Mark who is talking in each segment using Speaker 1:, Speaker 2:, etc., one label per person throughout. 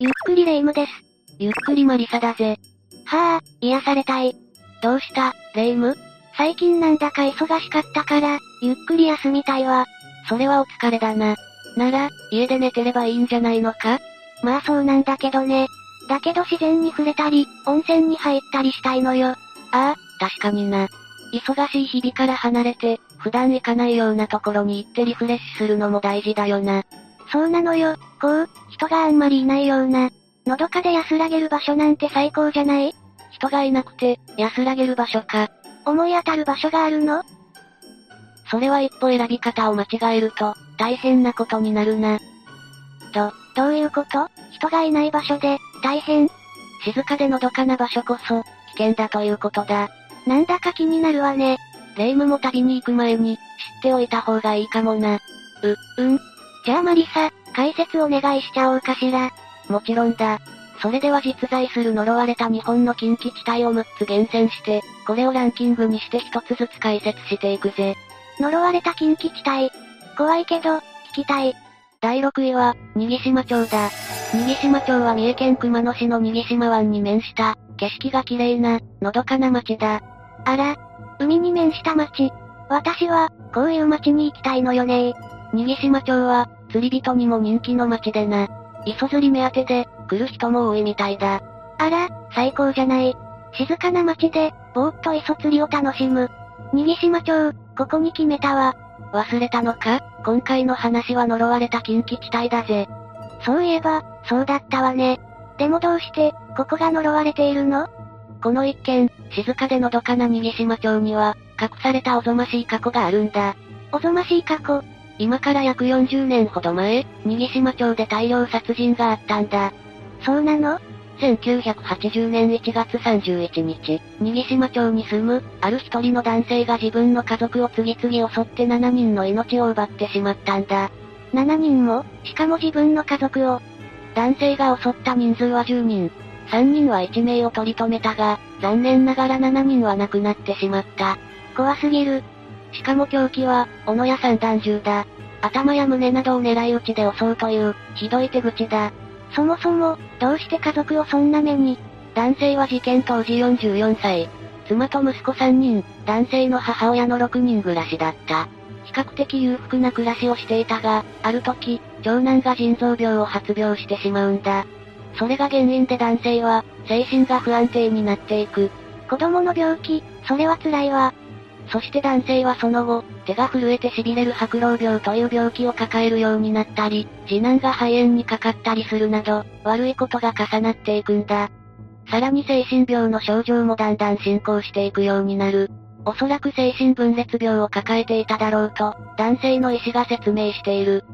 Speaker 1: ゆっくりレ夢ムです。
Speaker 2: ゆっくりマリサだぜ。
Speaker 1: はあ、癒されたい。
Speaker 2: どうした、レ夢ム
Speaker 1: 最近なんだか忙しかったから、ゆっくり休みたいわ。
Speaker 2: それはお疲れだな。なら、家で寝てればいいんじゃないのか
Speaker 1: まあそうなんだけどね。だけど自然に触れたり、温泉に入ったりしたいのよ。
Speaker 2: ああ、確かにな。忙しい日々から離れて、普段行かないようなところに行ってリフレッシュするのも大事だよな。
Speaker 1: そうなのよ、こう、人があんまりいないような、のどかで安らげる場所なんて最高じゃない
Speaker 2: 人がいなくて、安らげる場所か。
Speaker 1: 思い当たる場所があるの
Speaker 2: それは一歩選び方を間違えると、大変なことになるな。
Speaker 1: どういうこと人がいない場所で、大変。
Speaker 2: 静かでのどかな場所こそ、危険だということだ。
Speaker 1: なんだか気になるわね。
Speaker 2: レ夢ムも旅に行く前に、知っておいた方がいいかもな。
Speaker 1: う、うん。じゃあマリサ、解説お願いしちゃおうかしら。
Speaker 2: もちろんだ。それでは実在する呪われた日本の近畿地帯を6つ厳選して、これをランキングにして1つずつ解説していくぜ。
Speaker 1: 呪われた近畿地帯。怖いけど、聞きたい。
Speaker 2: 第6位は、新島町だ。新島町は三重県熊野市の新島湾に面した、景色が綺麗な、のどかな町だ。
Speaker 1: あら、海に面した町。私は、こういう町に行きたいのよね
Speaker 2: 新島町は、釣り人にも人気の町でな。磯釣り目当てで、来る人も多いみたいだ。
Speaker 1: あら、最高じゃない。静かな町で、ぼーっと磯釣りを楽しむ。新島町、ここに決めたわ。
Speaker 2: 忘れたのか今回の話は呪われた近畿地帯だぜ。
Speaker 1: そういえば、そうだったわね。でもどうして、ここが呪われているの
Speaker 2: この一件、静かでのどかな新島町には、隠されたおぞましい過去があるんだ。
Speaker 1: おぞましい過去。
Speaker 2: 今から約40年ほど前、新島町で大量殺人があったんだ。
Speaker 1: そうなの
Speaker 2: 1980年1月31日、新島町に住む、ある一人の男性が自分の家族を次々襲って7人の命を奪ってしまったんだ。
Speaker 1: ?7 人も、しかも自分の家族を。
Speaker 2: 男性が襲った人数は10人。3人は1名を取り留めたが、残念ながら7人は亡くなってしまった。
Speaker 1: 怖すぎる。
Speaker 2: しかも凶器は、斧や散弾銃だ。頭や胸などを狙い撃ちで襲うという、ひどい手口だ。
Speaker 1: そもそも、どうして家族をそんな目に。
Speaker 2: 男性は事件当時44歳。妻と息子3人、男性の母親の6人暮らしだった。比較的裕福な暮らしをしていたが、ある時、長男が腎臓病を発病してしまうんだ。それが原因で男性は、精神が不安定になっていく。
Speaker 1: 子供の病気、それは辛いわ。
Speaker 2: そして男性はその後、手が震えて痺れる白老病という病気を抱えるようになったり、次男が肺炎にかかったりするなど、悪いことが重なっていくんだ。さらに精神病の症状もだんだん進行していくようになる。おそらく精神分裂病を抱えていただろうと、男性の医師が説明している。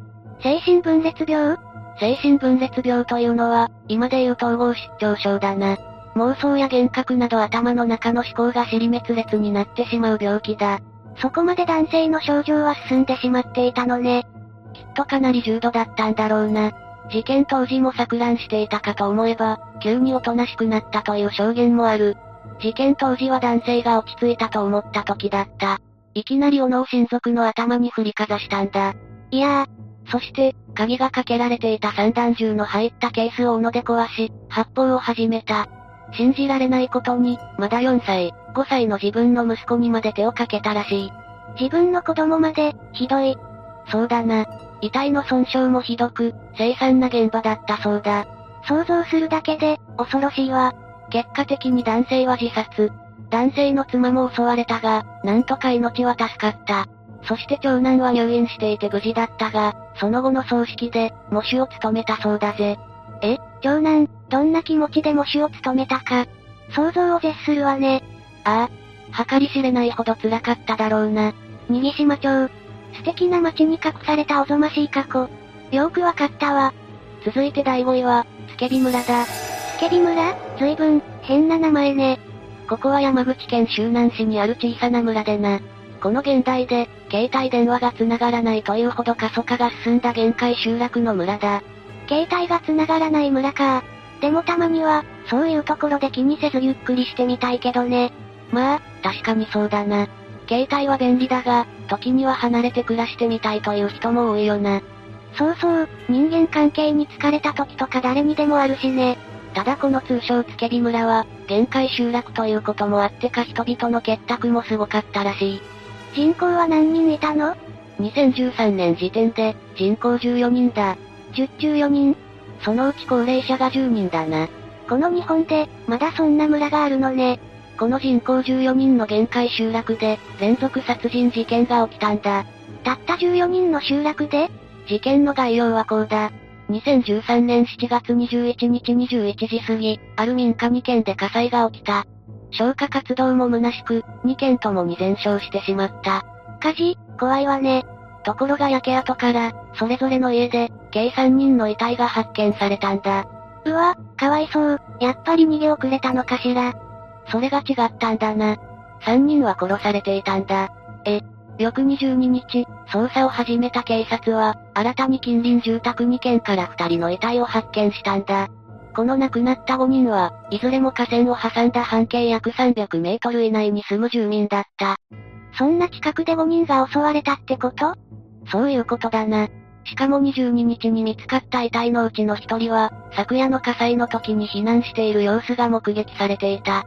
Speaker 1: 精神分裂病
Speaker 2: 精神分裂病というのは、今でいう統合失調症だな。妄想や幻覚など頭の中の思考が尻滅裂になってしまう病気だ。
Speaker 1: そこまで男性の症状は進んでしまっていたのね。
Speaker 2: きっとかなり重度だったんだろうな。事件当時も錯乱していたかと思えば、急におとなしくなったという証言もある。事件当時は男性が落ち着いたと思った時だった。いきなり斧を親族の頭に振りかざしたんだ。
Speaker 1: いや
Speaker 2: そして、鍵がかけられていた散弾銃の入ったケースを斧で壊し、発砲を始めた。信じられないことに、まだ4歳、5歳の自分の息子にまで手をかけたらしい。
Speaker 1: ー、自分の子供まで、ひどい。
Speaker 2: そうだな。遺体の損傷もひどく、凄惨な現場だったそうだ。
Speaker 1: 想像するだけで、恐ろしいわ。
Speaker 2: 結果的に男性は自殺。男性の妻も襲われたが、なんとか命は助かった。そして長男は入院していて無事だったが、その後の葬式で、喪主を務めたそうだぜ。
Speaker 1: 長男、どんな気持ちで喪主を務めたか。想像を絶するわね。
Speaker 2: ああ、計り知れないほど辛かっただろうな。
Speaker 1: 新島町。素敵な町に隠されたおぞましい過去。よくわかったわ。
Speaker 2: 続いて第5位は、スケビ村だ。
Speaker 1: スケビ村ずいぶん、変な名前ね。
Speaker 2: ここは山口県周南市にある小さな村でな。この現代で、携帯電話が繋がらないというほど過疎化が進んだ限界集落の村だ。
Speaker 1: 携帯が繋がらない村か。でもたまには、そういうところで気にせずゆっくりしてみたいけどね。
Speaker 2: まあ、確かにそうだな。携帯は便利だが、時には離れて暮らしてみたいという人も多いよな。
Speaker 1: そうそう、人間関係に疲れた時とか誰にでもあるしね。
Speaker 2: ただこの通称つけび村は、限界集落ということもあってか人々の結託もすごかったらしい。
Speaker 1: 人口は何人いたの
Speaker 2: 2013年時点で、人口14人だ。
Speaker 1: 10中4人
Speaker 2: そのうち高齢者が10人だな。
Speaker 1: この日本で、まだそんな村があるのね。
Speaker 2: この人口14人の限界集落で、連続殺人事件が起きたんだ。
Speaker 1: たった14人の集落で
Speaker 2: 事件の概要はこうだ。2013年7月21日21時過ぎ、ある民家2件で火災が起きた。消火活動も虚しく、2件ともに全焼してしまった。
Speaker 1: 火事、怖いわね。
Speaker 2: ところが焼け跡から、それぞれの家で、計3人の遺体が発見されたんだ。
Speaker 1: うわ、かわいそう。やっぱり逃げ遅れたのかしら。
Speaker 2: それが違ったんだな。3人は殺されていたんだ。え、翌22日、捜査を始めた警察は、新たに近隣住宅2軒から2人の遺体を発見したんだ。この亡くなった5人は、いずれも河川を挟んだ半径約300メートル以内に住む住民だった。
Speaker 1: そんな近くで5人が襲われたってこと
Speaker 2: そういうことだな。しかも22日に見つかった遺体のうちの1人は、昨夜の火災の時に避難している様子が目撃されていた。
Speaker 1: っ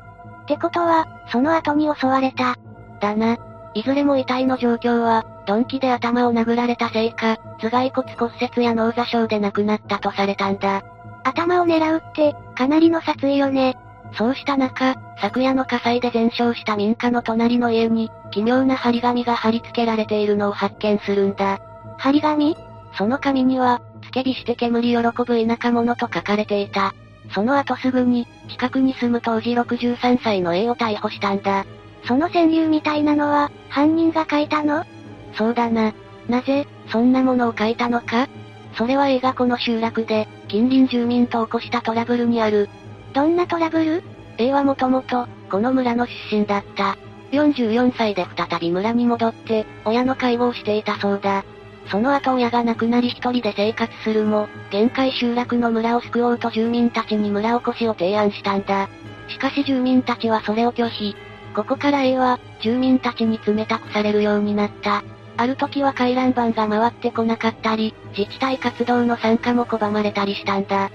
Speaker 1: てことは、その後に襲われた。
Speaker 2: だな。いずれも遺体の状況は、鈍器で頭を殴られたせいか、頭蓋骨骨折や脳挫傷で亡くなったとされたんだ。
Speaker 1: 頭を狙うって、かなりの殺意よね。
Speaker 2: そうした中、昨夜の火災で全焼した民家の隣の家に、奇妙な張り紙が貼り付けられているのを発見するんだ。
Speaker 1: 張り紙
Speaker 2: その紙には、つけ火して煙喜ぶ田舎者と書かれていた。その後すぐに、近くに住む当時63歳の A を逮捕したんだ。
Speaker 1: その川柳みたいなのは、犯人が書いたの
Speaker 2: そうだな。なぜ、そんなものを書いたのかそれは映画この集落で、近隣住民と起こしたトラブルにある。
Speaker 1: どんなトラブル
Speaker 2: A はもともと、この村の出身だった。44歳で再び村に戻って、親の介護をしていたそうだ。その後親が亡くなり一人で生活するも、限界集落の村を救おうと住民たちに村おこしを提案したんだ。しかし住民たちはそれを拒否。ここから A は、住民たちに冷たくされるようになった。ある時は回覧板が回ってこなかったり、自治体活動の参加も拒まれたりしたんだ。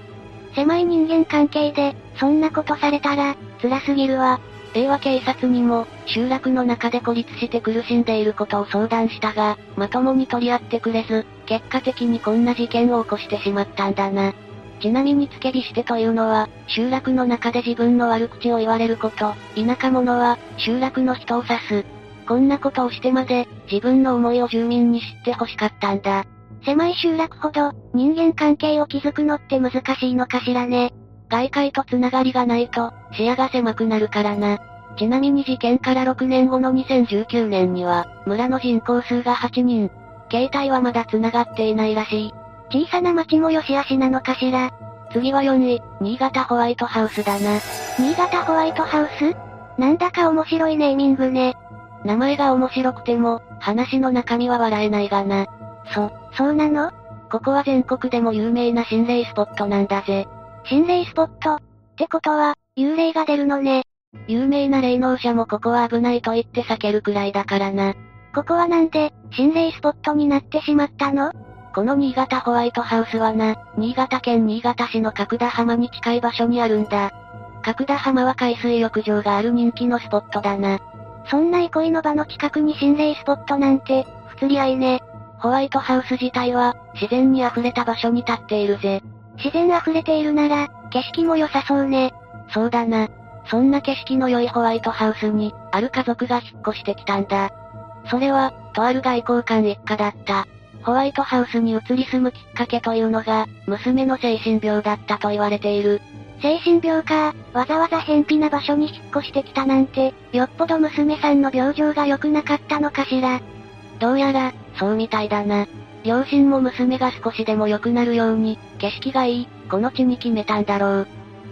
Speaker 1: 狭い人間関係で、そんなことされたら、辛すぎるわ。
Speaker 2: A は警察にも、集落の中で孤立して苦しんでいることを相談したが、まともに取り合ってくれず、結果的にこんな事件を起こしてしまったんだな。ちなみに付け火してというのは、集落の中で自分の悪口を言われること、田舎者は、集落の人を指す。こんなことをしてまで、自分の思いを住民に知ってほしかったんだ。
Speaker 1: 狭い集落ほど、人間関係を築くのって難しいのかしらね。
Speaker 2: 外界とつながりがないと、視野が狭くなるからな。ちなみに事件から6年後の2019年には、村の人口数が8人。携帯はまだ繋がっていないらしい。
Speaker 1: 小さな町も良し悪しなのかしら。
Speaker 2: 次は4位、新潟ホワイトハウスだな。
Speaker 1: 新潟ホワイトハウスなんだか面白いネーミングね。
Speaker 2: 名前が面白くても、話の中身は笑えないがな。そ、
Speaker 1: そうなの
Speaker 2: ここは全国でも有名な心霊スポットなんだぜ。
Speaker 1: 心霊スポット。ってことは、幽霊が出るのね。
Speaker 2: 有名な霊能者もここは危ないと言って避けるくらいだからな。
Speaker 1: ここはなんで、心霊スポットになってしまったの
Speaker 2: この新潟ホワイトハウスはな、新潟県新潟市の角田浜に近い場所にあるんだ。角田浜は海水浴場がある人気のスポットだな。
Speaker 1: そんな憩いの場の近くに心霊スポットなんて、不釣り合いね。
Speaker 2: ホワイトハウス自体は、自然に溢れた場所に立っているぜ。
Speaker 1: 自然溢れているなら、景色も良さそうね。
Speaker 2: そうだな。そんな景色の良いホワイトハウスに、ある家族が引っ越してきたんだ。それは、とある外交官一家だった。ホワイトハウスに移り住むきっかけというのが、娘の精神病だったと言われている。
Speaker 1: 精神病か、わざわざ偏僻な場所に引っ越してきたなんて、よっぽど娘さんの病状が良くなかったのかしら。
Speaker 2: どうやら、そうみたいだな。両親も娘が少しでも良くなるように、景色がいい、この地に決めたんだろう。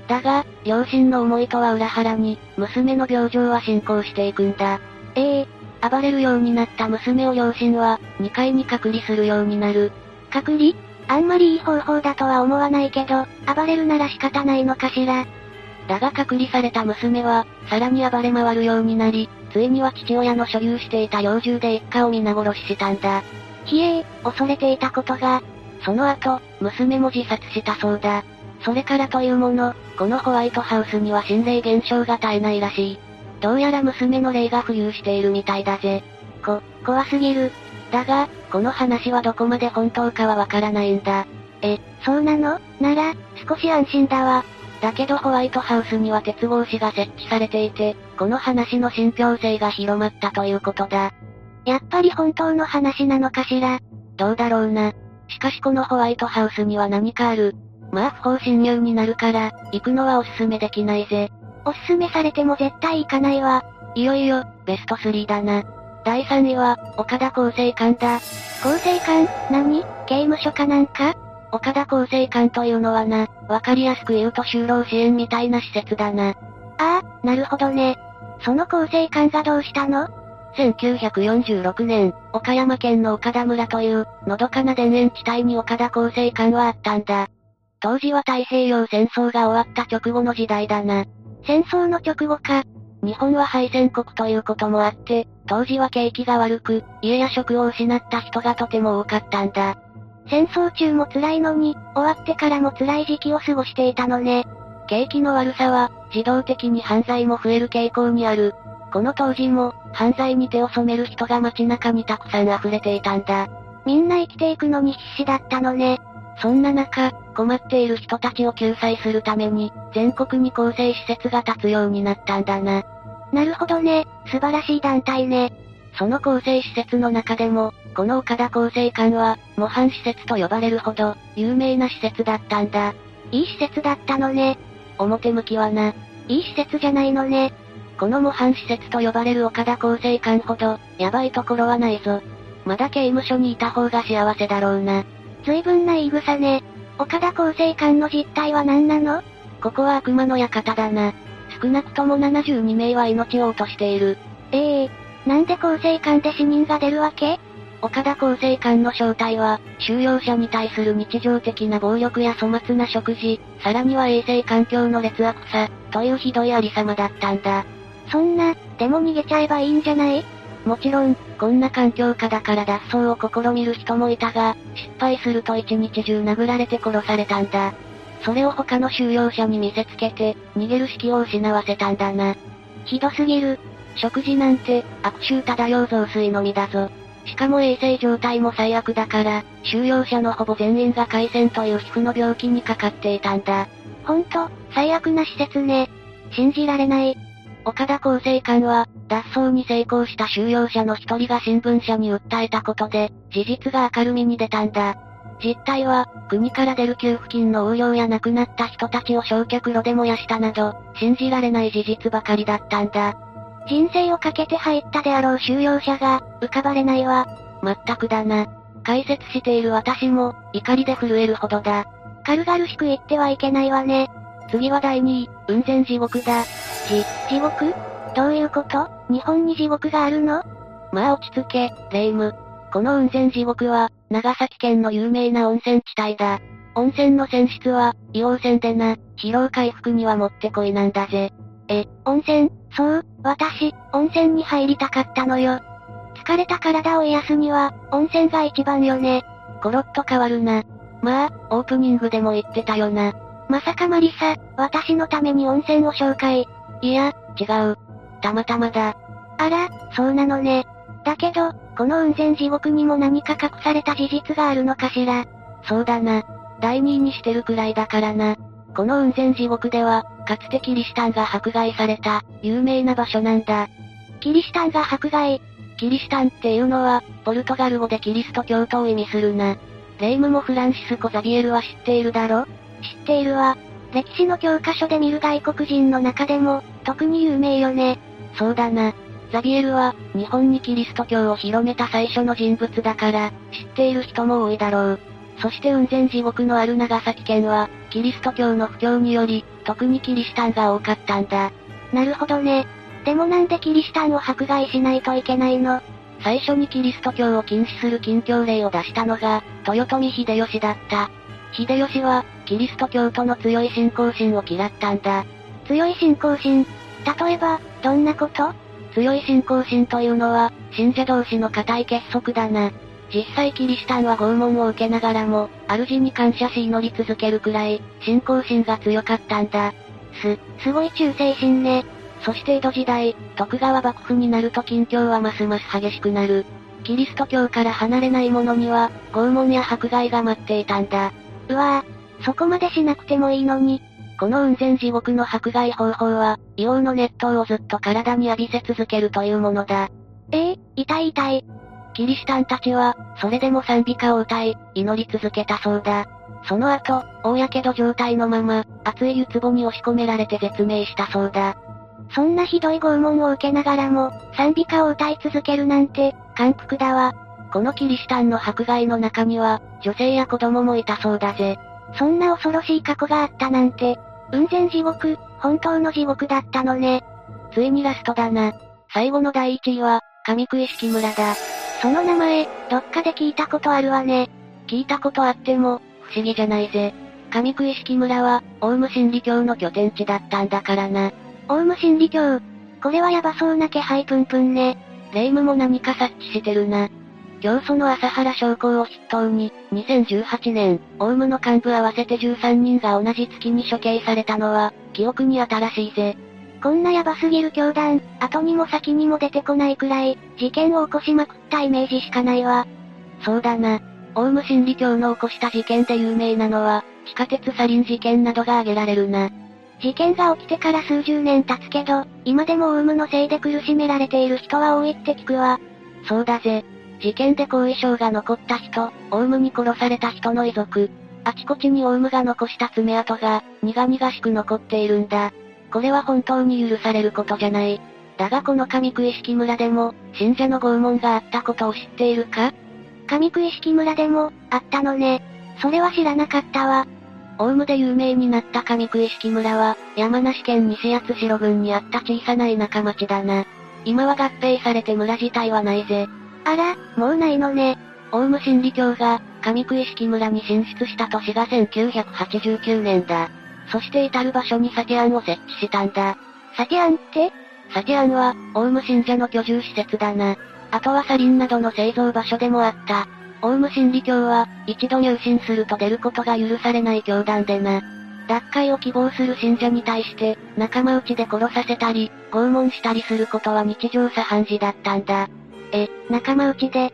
Speaker 2: だが、両親の思いとは裏腹に、娘の病状は進行していくんだ。
Speaker 1: ええ
Speaker 2: 暴れるようになった娘を両親は、2階に隔離するようになる。
Speaker 1: 隔離あんまりいい方法だとは思わないけど、暴れるなら仕方ないのかしら。
Speaker 2: だが隔離された娘は、さらに暴れ回るようになり、ついには父親の所有していた猟銃で一家を皆殺ししたんだ。
Speaker 1: ひえー、恐れていたことが、
Speaker 2: その後、娘も自殺したそうだ。それからというもの、このホワイトハウスには心霊現象が絶えないらしい。どうやら娘の霊が浮遊しているみたいだぜ。こ、怖すぎる。だが、この話はどこまで本当かはわからないんだ。
Speaker 1: え、そうなのなら、少し安心だわ。
Speaker 2: だけどホワイトハウスには鉄格子が設置されていて、この話の信憑性が広まったということだ。
Speaker 1: やっぱり本当の話なのかしら。
Speaker 2: どうだろうな。しかしこのホワイトハウスには何かある。まあ不法侵入になるから、行くのはおすすめできないぜ。
Speaker 1: おすすめされても絶対行かないわ。
Speaker 2: いよいよ、ベスト3だな。第3位は、岡田厚生官だ。
Speaker 1: 厚生官、何刑務所かなんか
Speaker 2: 岡田厚生官というのはな、わかりやすく言うと就労支援みたいな施設だな。
Speaker 1: ああ、なるほどね。その厚生官がどうしたの
Speaker 2: 1946年、岡山県の岡田村という、のどかな田園地帯に岡田厚生官はあったんだ。当時は太平洋戦争が終わった直後の時代だな。
Speaker 1: 戦争の直後か。
Speaker 2: 日本は敗戦国ということもあって、当時は景気が悪く、家や職を失った人がとても多かったんだ。
Speaker 1: 戦争中も辛いのに、終わってからも辛い時期を過ごしていたのね。
Speaker 2: 景気の悪さは、自動的に犯罪も増える傾向にある。この当時も、犯罪に手を染める人が街中にたくさん溢れていたんだ。
Speaker 1: みんな生きていくのに必死だったのね。
Speaker 2: そんな中、困っている人たちを救済するために、全国に構成施設が立つようになったんだな。
Speaker 1: なるほどね、素晴らしい団体ね。
Speaker 2: その構成施設の中でも、この岡田厚生館は、模範施設と呼ばれるほど、有名な施設だったんだ。
Speaker 1: いい施設だったのね。
Speaker 2: 表向きはな、
Speaker 1: いい施設じゃないのね。
Speaker 2: この模範施設と呼ばれる岡田厚生館ほど、やばいところはないぞ。まだ刑務所にいた方が幸せだろうな。
Speaker 1: 随分な言い草ね。岡田厚生館の実態は何なの
Speaker 2: ここは悪魔の館だな。少なくとも72名は命を落としている。
Speaker 1: ええー、なんで厚生館で死人が出るわけ
Speaker 2: 岡田厚生館の正体は、収容者に対する日常的な暴力や粗末な食事、さらには衛生環境の劣悪さ、というひどいありさまだったんだ。
Speaker 1: そんな、でも逃げちゃえばいいんじゃない
Speaker 2: もちろん、こんな環境下だから脱走を試みる人もいたが、失敗すると一日中殴られて殺されたんだ。それを他の収容者に見せつけて、逃げる式を失わせたんだな。
Speaker 1: ひどすぎる。
Speaker 2: 食事なんて、悪臭漂う雑炊のみだぞ。しかも衛生状態も最悪だから、収容者のほぼ全員が回線という皮膚の病気にかかっていたんだ。
Speaker 1: ほんと、最悪な施設ね。信じられない。
Speaker 2: 岡田厚生官は、脱走に成功した収容者の一人が新聞社に訴えたことで、事実が明るみに出たんだ。実態は、国から出る給付金の横領や亡くなった人たちを焼却炉で燃やしたなど、信じられない事実ばかりだったんだ。
Speaker 1: 人生をかけて入ったであろう収容者が、浮かばれないわ。
Speaker 2: まったくだな。解説している私も、怒りで震えるほどだ。
Speaker 1: 軽々しく言ってはいけないわね。
Speaker 2: 次は第2位、雲仙地獄だ。
Speaker 1: じ、地獄どういうこと日本に地獄があるの
Speaker 2: まあ落ち着け、霊夢。この雲仙地獄は、長崎県の有名な温泉地帯だ。温泉の泉質は、硫黄泉でな、疲労回復にはもってこいなんだぜ。
Speaker 1: え、温泉そう、私、温泉に入りたかったのよ。疲れた体を癒すには、温泉が一番よね。
Speaker 2: コロッと変わるな。まあ、オープニングでも言ってたよな。
Speaker 1: まさかマリサ、私のために温泉を紹介。
Speaker 2: いや、違う。たまたまだ。
Speaker 1: あら、そうなのね。だけど、この雲仙地獄にも何か隠された事実があるのかしら。
Speaker 2: そうだな。第2位にしてるくらいだからな。この雲仙地獄では、かつてキリシタンが迫害された、有名な場所なんだ。
Speaker 1: キリシタンが迫害
Speaker 2: キリシタンっていうのは、ポルトガル語でキリスト教徒を意味するな。レイムもフランシスコ・ザビエルは知っているだろ
Speaker 1: 知っているわ。歴史の教科書で見る外国人の中でも、特に有名よね。
Speaker 2: そうだな。ザビエルは、日本にキリスト教を広めた最初の人物だから、知っている人も多いだろう。そして雲仙地獄のある長崎県は、キリスト教の布教により、特にキリシタンが多かったんだ。
Speaker 1: なるほどね。でもなんでキリシタンを迫害しないといけないの
Speaker 2: 最初にキリスト教を禁止する禁教令を出したのが、豊臣秀吉だった。秀吉は、キリスト教徒の強い信仰心を嫌ったんだ。
Speaker 1: 強い信仰心例えば、どんなこと
Speaker 2: 強い信仰心というのは、信者同士の固い結束だな。実際キリシタンは拷問を受けながらも、主に感謝し祈り続けるくらい、信仰心が強かったんだ。
Speaker 1: す、すごい忠誠心ね。
Speaker 2: そして江戸時代、徳川幕府になると近況はますます激しくなる。キリスト教から離れない者には、拷問や迫害が待っていたんだ。
Speaker 1: うわぁ、そこまでしなくてもいいのに。
Speaker 2: この雲仙地獄の迫害方法は、硫黄の熱湯をずっと体に浴びせ続けるというものだ。
Speaker 1: ええ痛い痛い。
Speaker 2: キリシタンたちは、それでも賛美歌を歌い、祈り続けたそうだ。その後、大やけど状態のまま、熱い湯壺に押し込められて絶命したそうだ。
Speaker 1: そんなひどい拷問を受けながらも、賛美歌を歌い続けるなんて、感服だわ。
Speaker 2: このキリシタンの迫害の中には、女性や子供もいたそうだぜ。
Speaker 1: そんな恐ろしい過去があったなんて、雲仙地獄、本当の地獄だったのね。
Speaker 2: ついにラストだな。最後の第1位は、上食い式村だ。
Speaker 1: その名前、どっかで聞いたことあるわね。
Speaker 2: 聞いたことあっても、不思議じゃないぜ。上食い式村は、オウム真理教の拠点地だったんだからな。
Speaker 1: オウム真理教。これはヤバそうな気配プンプンね。
Speaker 2: 霊夢も何か察知してるな。教祖の朝原将校を筆頭に、2018年、オウムの幹部合わせて13人が同じ月に処刑されたのは、記憶に新しいぜ。
Speaker 1: こんなヤバすぎる教団、後にも先にも出てこないくらい、事件を起こしまくったイメージしかないわ。
Speaker 2: そうだな。オウム真理教の起こした事件で有名なのは、地下鉄サリン事件などが挙げられるな。
Speaker 1: 事件が起きてから数十年経つけど、今でもオウムのせいで苦しめられている人は多いって聞くわ。
Speaker 2: そうだぜ。事件で後遺症が残った人、オウムに殺された人の遺族、あちこちにオウムが残した爪痕が、苦々しく残っているんだ。これは本当に許されることじゃない。だがこの上食い式村でも、信者の拷問があったことを知っているか
Speaker 1: 上食い式村でも、あったのね。それは知らなかったわ。
Speaker 2: オウムで有名になった上食い式村は、山梨県西八代郡にあった小さな田舎町だな。今は合併されて村自体はないぜ。
Speaker 1: あら、もうないのね。
Speaker 2: オウム真理教が、上食い式村に進出した年が1989年だ。そして至る場所にサテアンを設置したんだ。
Speaker 1: サテアンって
Speaker 2: サテアンは、オウム信者の居住施設だな。あとはサリンなどの製造場所でもあった。オウム真理教は、一度入信すると出ることが許されない教団でな。脱会を希望する信者に対して、仲間内で殺させたり、拷問したりすることは日常茶飯事だったんだ。
Speaker 1: え、仲間内で。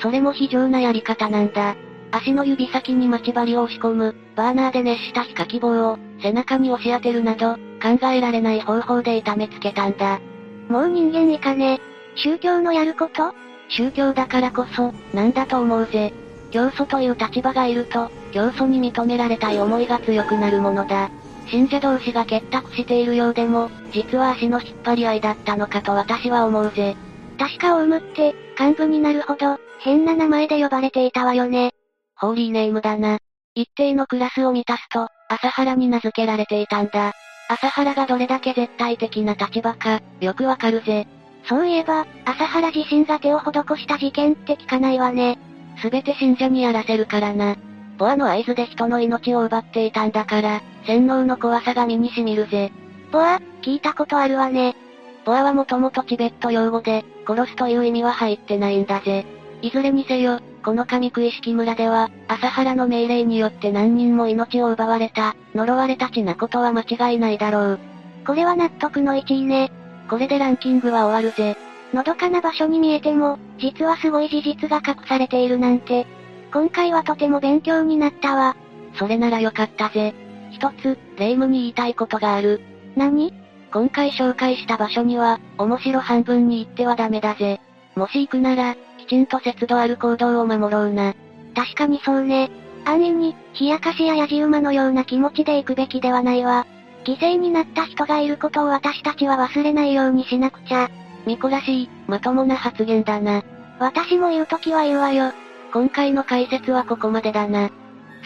Speaker 2: それも非常なやり方なんだ。足の指先に待ち針を押し込む、バーナーで熱した火かき棒を、背中に押し当てるなど、考えられない方法で痛めつけたんだ。
Speaker 1: もう人間いかね。宗教のやること
Speaker 2: 宗教だからこそ、なんだと思うぜ。教祖という立場がいると、教祖に認められたい思いが強くなるものだ。信者同士が結託しているようでも、実は足の引っ張り合いだったのかと私は思うぜ。
Speaker 1: 確かオウムって、幹部になるほど、変な名前で呼ばれていたわよね。
Speaker 2: ホーリーネームだな。一定のクラスを満たすと、朝原に名付けられていたんだ。朝原がどれだけ絶対的な立場か、よくわかるぜ。
Speaker 1: そういえば、朝原自身が手を施した事件って聞かないわね。
Speaker 2: すべて信者にやらせるからな。ボアの合図で人の命を奪っていたんだから、洗脳の怖さが身に染みるぜ。
Speaker 1: ボア、聞いたことあるわね。
Speaker 2: ボアはもともとチベット用語で、殺すという意味は入ってないんだぜ。いずれにせよ、この上食い式村では、朝原の命令によって何人も命を奪われた、呪われたちなことは間違いないだろう。
Speaker 1: これは納得の1位ね。
Speaker 2: これでランキングは終わるぜ。
Speaker 1: のどかな場所に見えても、実はすごい事実が隠されているなんて。今回はとても勉強になったわ。
Speaker 2: それならよかったぜ。一つ、霊夢に言いたいことがある。
Speaker 1: 何
Speaker 2: 今回紹介した場所には、面白半分に行ってはダメだぜ。もし行くなら、きちんと節度ある行動を守ろうな。
Speaker 1: 確かにそうね。安易に、冷やかしややじ馬のような気持ちで行くべきではないわ。犠牲になった人がいることを私たちは忘れないようにしなくちゃ。
Speaker 2: ミコらしい、まともな発言だな。
Speaker 1: 私も言うときは言うわよ。
Speaker 2: 今回の解説はここまでだな。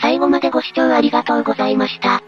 Speaker 2: 最後までご視聴ありがとうございました。